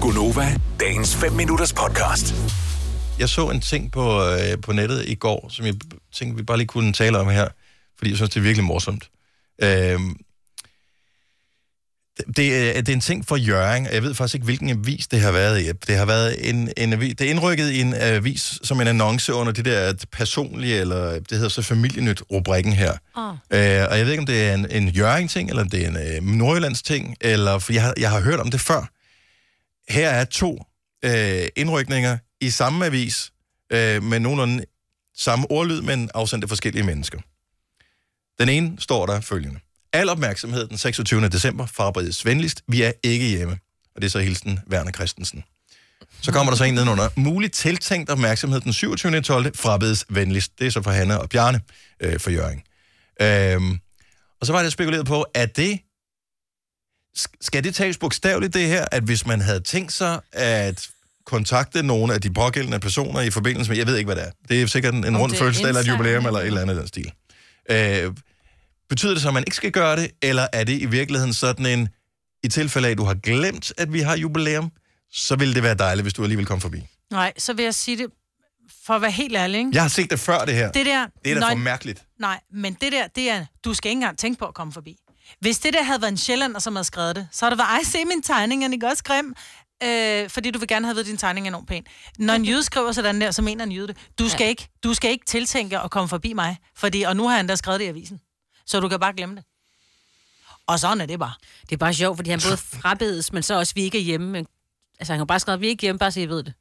Gunova, dagens 5 minutters podcast. jeg så en ting på, øh, på nettet i går, som jeg b- tænkte, vi bare lige kunne tale om her, fordi jeg synes, det er virkelig morsomt. Øhm, det, det, er, det er en ting for Jørgen, og jeg ved faktisk ikke, hvilken avis det har været i. Det har været en, en avis, det er indrykket i en avis som en annonce under det der personlige, eller det hedder så familienyt-rubrikken her. Åh. Øh, og jeg ved ikke, om det er en, en Jørgen-ting, eller om det er en øh, Nordjyllands-ting, eller, for jeg har, jeg har hørt om det før. Her er to øh, indrykninger i samme avis, øh, med nogenlunde samme ordlyd, men afsendt af forskellige mennesker. Den ene står der følgende. Al opmærksomhed den 26. december, Fabrides venligst, vi er ikke hjemme. Og det er så hilsen Werner Christensen. Så kommer der så en nedenunder. Muligt tiltænkt opmærksomhed den 27. 12. Frabedes venligst. Det er så for Hanna og Bjarne øh, for Jørgen. Øhm, og så var det spekuleret på, at det... sk- Skal det tages bogstaveligt, det her, at hvis man havde tænkt sig at kontakte nogle af de pågældende personer i forbindelse med... Jeg ved ikke, hvad det er. Det er sikkert en, en rund det er fødselsdag eller et indsamling jubilæum eller et eller andet af den stil. Øh, betyder det så, at man ikke skal gøre det, eller er det i virkeligheden sådan en... I tilfælde af, at du har glemt, at vi har jubilæum, så ville det være dejligt, hvis du alligevel kom forbi. Nej, så vil jeg sige det, for at være helt ærlig, ikke? Jeg har set det før, det her. Det, Det der, det er da nøj- for mærkeligt. nej, men det der, det er, du skal ikke engang tænke på at komme forbi. Hvis det der havde været en sjællander, som havde skrevet det, så havde det været, ej, se min tegning, er den ikke også grim? Øh, fordi du vil gerne have ved, at din tegning er enormt pæn. Når en jøde skriver sådan der, så mener en jøde det. Du skal, ikke, du skal ikke tiltænke at komme forbi mig, fordi, og nu har han da skrevet det i avisen. Så du kan bare glemme det. Og sådan er det bare. Det er bare sjovt, fordi han både frabedes, men så også, vi ikke er hjemme. Men, altså, han kan bare skrive, vi er ikke hjemme, bare så I ved det.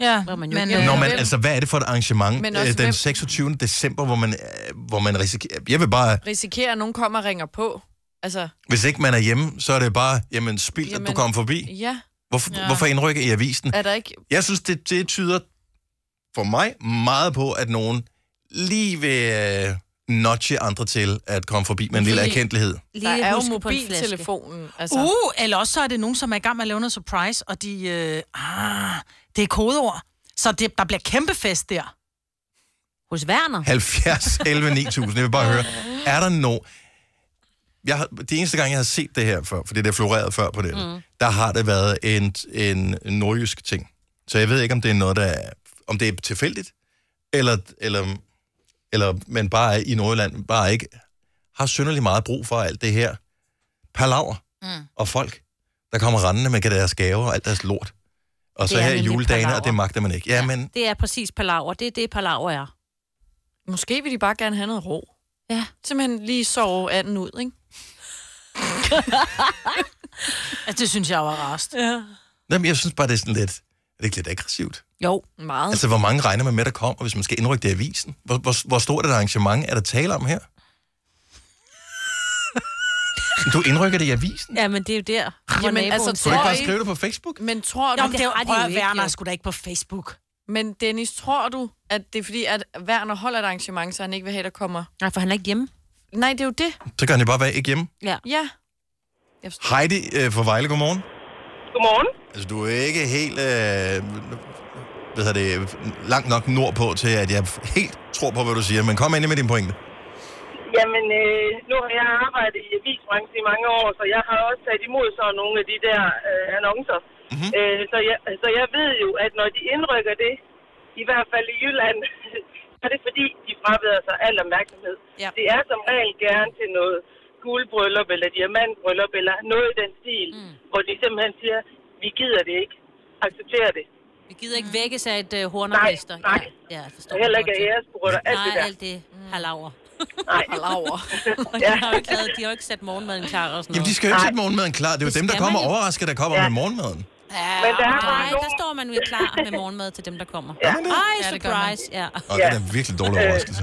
Ja, Hvor er man jo men, ikke- øh, Nå, Ja, men hvem- altså, hvad er det for et arrangement Men øh, også den hvem- 26. december, hvor man, øh, hvor man risikerer... Jeg vil bare... Risikerer, at nogen kommer og ringer på. Altså, Hvis ikke man er hjemme, så er det bare, jamen, spild, at du Jamen, kom forbi. ja, Hvorfor, ja. ja. hvorfor indrykke i avisen? er der ikke... Jeg synes, det, det tyder for mig meget på, at nogen lige vil øh, notche andre til at komme forbi med en lille Fordi- erkendelighed. Der er jo husk på en flaske. mobiltelefonen. Altså, uh. Uh, eller også så er det nogen, som er i gang med at lave noget surprise, og de... Øh, ah, det er kodeord. Så det, der bliver kæmpe fest der. Hos Werner. 70, 11, 9000. Jeg vil bare høre, er der no... Jeg har, de eneste gange, jeg har set det her før, fordi det er floreret før på det, mm. der har det været en, en nordjysk ting. Så jeg ved ikke, om det er noget, der er, om det er tilfældigt, eller, eller, eller man bare er i Nordjylland, bare ikke har synderlig meget brug for alt det her palaver mm. og folk, der kommer rendende med deres gaver og alt deres lort. Og så Det er her i nemlig juledagen, og palaver. det magter man ikke. Ja, men Det er præcis palaver. Det er det, palaver er. Måske vil de bare gerne have noget ro. Ja. Simpelthen lige sove anden ud, ikke? Altså, det synes jeg var rast. Jamen, jeg synes bare, det er sådan lidt, er det ikke lidt aggressivt? Jo, Meget. Altså, Altså, hvor mange regner man med, der kommer, hvis man skal indrykke det i avisen? Hvor, hvor, hvor stort et arrangement er der tale om her? Du indrykker det i avisen? ja, men det er jo der, hvor Jamen, naboen altså, altså, Kan du ikke tror bare I- skrive det på Facebook? men tror du... Nå, Nå, men det det har de prøv jo at ikke, Werner jo. skulle da ikke på Facebook. Men Dennis, tror du, at det er fordi, at Werner holder et arrangement, så han ikke vil have, der kommer... Nej, for han er ikke hjemme. Nej, det er jo det. Så kan det bare være ikke hjemme. Ja. Heidi øh, fra Vejle, godmorgen. Godmorgen. Altså, du er ikke helt... Øh, hvad hedder det, langt nok nordpå til, at jeg helt tror på, hvad du siger. Men kom ind med din pointe. Jamen, øh, nu har jeg arbejdet i avisbranchen i mange år, så jeg har også taget imod sådan nogle af de der øh, annoncer. Mm-hmm. Øh, så, jeg, så jeg ved jo, at når de indrykker det, i hvert fald i Jylland, så er det fordi, de frabeder sig al opmærksomhed. Ja. Det er som regel gerne til noget guldbryllup eller diamantbryllup eller noget i den stil, mm. hvor de simpelthen siger, vi gider det ikke, accepterer det. Vi gider ikke vækkes af et uh, hornorkester. Nej, nej. Ja, ja, jeg forstår Og heller det ikke af godt. æresbrød og alt det Nej, der. Mm. alt det palaver. Nej. Laver. Og de har jo ikke, lavet, de har jo ikke sat morgenmaden klar og Jamen, sådan de noget. skal jo ikke sætte morgenmaden klar. Det er jo Det dem, der skal kommer man jo. overrasket, der kommer Ja. med morgenmaden. Ja, Men der er bare nej, der nogen- står man jo klar med morgenmad til dem, der kommer. Ja. Ej, Ja, det gør man. surprise. Ja. Og det er da Ja. en virkelig dårlig overraskelse.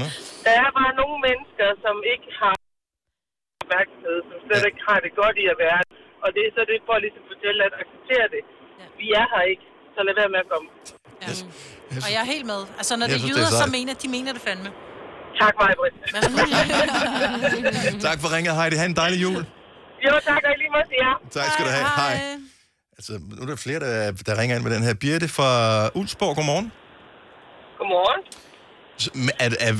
Nå. Der er bare nogle mennesker, som ikke har opmærksomhed, som slet Ja. ikke har det godt i at være her. Og det er så det for at ligesom fortælle, at acceptere det. Vi er her ikke, så lad være med at komme. Yes. Og jeg er helt med. Altså, når Jeg det er synes, det er jyder, så sejt. mener de mener det fandme. Tak, Majbrit. Tak for ringet, Heidi. Ha' en dejlig jul. Jo, tak, og i lige måde til jer. Tak skal du have. Hej. Hej. Altså, nu er der flere, der, der ringer ind med den her. Birte fra Ulsborg, godmorgen. Godmorgen. Så, men Er, er,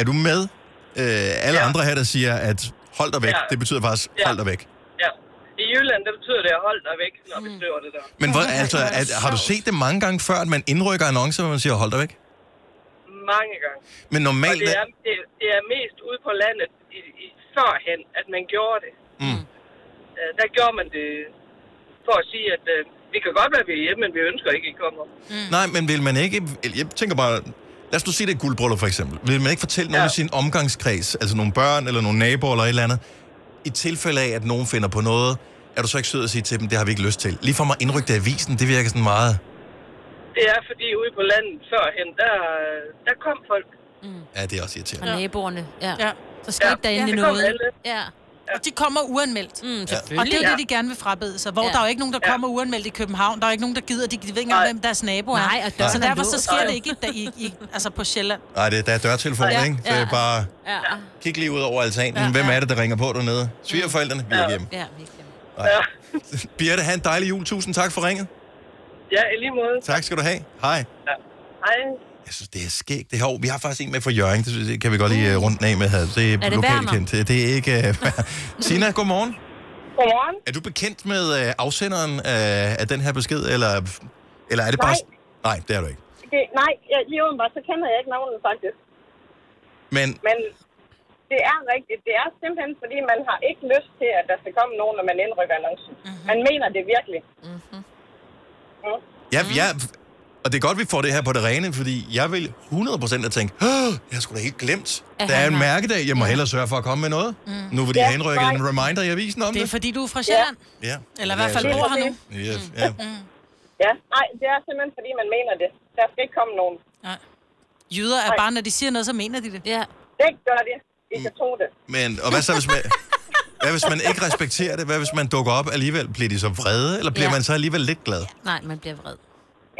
er du med? Øh, alle ja. Ja. andre her, der siger, at hold dig væk. Ja. Ja. Det betyder faktisk, Ja. hold dig væk. Ja. I Jylland, der betyder det, at hold dig væk, når Mm. vi skriver det der. Men hvor, altså, hvor er det at, har du sjovt. set det mange gange før, at man indrykker annoncer, hvor man siger, hold dig væk? Mange gange. Men Og normalt... det er, det, det er mest ude på landet i, i, førhen, at man gjorde det. Mm. Øh, Der gjorde man det for at sige, at øh, vi kan godt være, vi er hjemme, men vi ønsker ikke, at I kommer. Nej, men vil man ikke... eller Jeg tænker bare... Lad os nu sige, det er guldbryllup for eksempel. Vil man ikke fortælle nogen Ja. ja. i sin omgangskreds, altså nogle børn eller nogle naboer eller et eller andet, i tilfælde af, at nogen finder på noget, er du så ikke sød at sige til dem, det har vi ikke lyst til. Lige for mig indrykke det i avisen, det virker sådan meget... Det er fordi ude på landet førhen, der, øh, der kom folk. Ja, det er også irriterende. Og naboerne. Ja. Ja. ja. Så skete Ja. der endelig Ja, det kom noget. alle. Ja. Og de kommer uanmeldt. Mm, Og det selvfølgelig. er det, de gerne vil frabede sig. Hvor ja. Ja. der er jo ikke nogen, der Ja. kommer uanmeldt i København. Der er jo ikke nogen, der gider. De, de ved ikke engang, Nej. hvem deres nabo er. Nej, og døren så er derfor så låst. sker det ikke da, i, i, altså på Sjælland. Nej, det, der er dørtelefoner, ja. Ja. ikke? Det er Ja. bare... Ja. Kig lige ud over altanen. Ja, Ja, ja. Hvem er det, der ringer på dernede? Svigerforældrene? Vi er hjemme. Ja, virkelig. Ja, Birte, have en dejlig jul. Tusind tak for ringet. ja i lige måde. Tak skal du have. Hej. Hej. Jeg synes, det er skægt. Det her, år. vi har faktisk en med fra Jørgen. Det synes jeg- kan vi godt lige uh, rundt af med her. Det er, det lokalt Werner? kendt. Det det er ikke... Uh, Sina, godmorgen. Godmorgen. Er du bekendt med uh, afsenderen uh, af den her besked, eller, eller er det bare... Nej. Nej, det er du ikke. Det, nej, jeg, lige åbenbart, så kender jeg ikke navnet faktisk. Men Men det er rigtigt. Det er simpelthen, fordi man har ikke lyst til, at der skal komme nogen, når man indrykker annoncen. Mhm. Mm-hmm. Man mener det virkelig. ja, mm. jeg, og det er godt, vi får det her på det rene, fordi jeg vil 100% at tænke, "Åh, jeg har sgu da helt glemt. At Der er han en har- mærkedag. Jeg må hellere sørge for at komme med noget. Mm. Nu vil de Ja, ja, henrykke nej. en reminder i avisen om Det er det. fordi, du er fra Sjælland. Ja. Ja. Eller i Det er hvert fald altså- bor her nu. Yes, ja. Ja, nej, det er simpelthen, fordi man mener det. Der skal ikke komme nogen. Nej. Jyder er bare, når de siger noget, så mener de det. Ja. Det gør det. I kan Mm. tro det. Men, og hvad så, hvis man, hvad hvis man ikke respekterer det? Hvad hvis man dukker op alligevel? Bliver de så vrede, eller bliver ja. man Ja. så alligevel lidt glad? Nej, man bliver vred.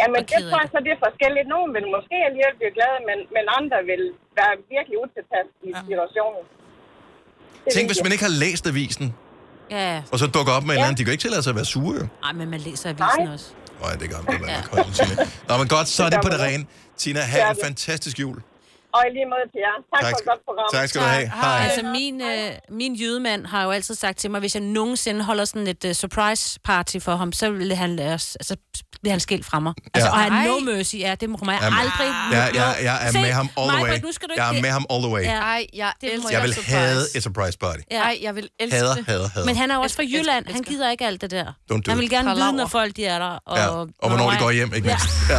Ja, men Og det ked af tror jeg det. så, det er forskelligt. Nogen vil måske alligevel blive glade, men, men andre vil være virkelig utilpas i situationen. Det Tænk, hvis man ikke har læst avisen, Ja, og så dukker op med ja. en eller anden. De kan jo ikke tillade sig at være sure, jo. Ej, men man læser avisen Nej. også. Nej, det gør man ikke. Ja. Nå, men godt, så er det på det rene. Tina, have en fantastisk jul. Og i lige måde til jer. Tak, tak for et skal, godt program. tak skal du have. Tak. Hej. Altså, min, øh, min jydemand har jo altid sagt til mig, hvis jeg nogensinde holder sådan et øh, surprise party for ham, så vil han, øh, så bliver han skilt fra mig. Altså, Ja. og han Ej. no mercy, ja, det må jeg Jamen, aldrig... Ja, jeg, jeg er Se, med ham all the way. Majbert, nu skal du Jeg ikke- er med ham all the way. Ja. Ej, jeg Det må elsker Jeg vil surprise. have et surprise party. Ja. Ej, jeg vil elske Hader, det. hader, hader. Men han er jo også fra Elsker, Jylland. elsker, Han elsker. gider ikke alt det der. Don't do Han vil it. gerne vide, Palaver. når folk de er der. Og, Ja. Og hvornår de går hjem, ikke mindst. Ja.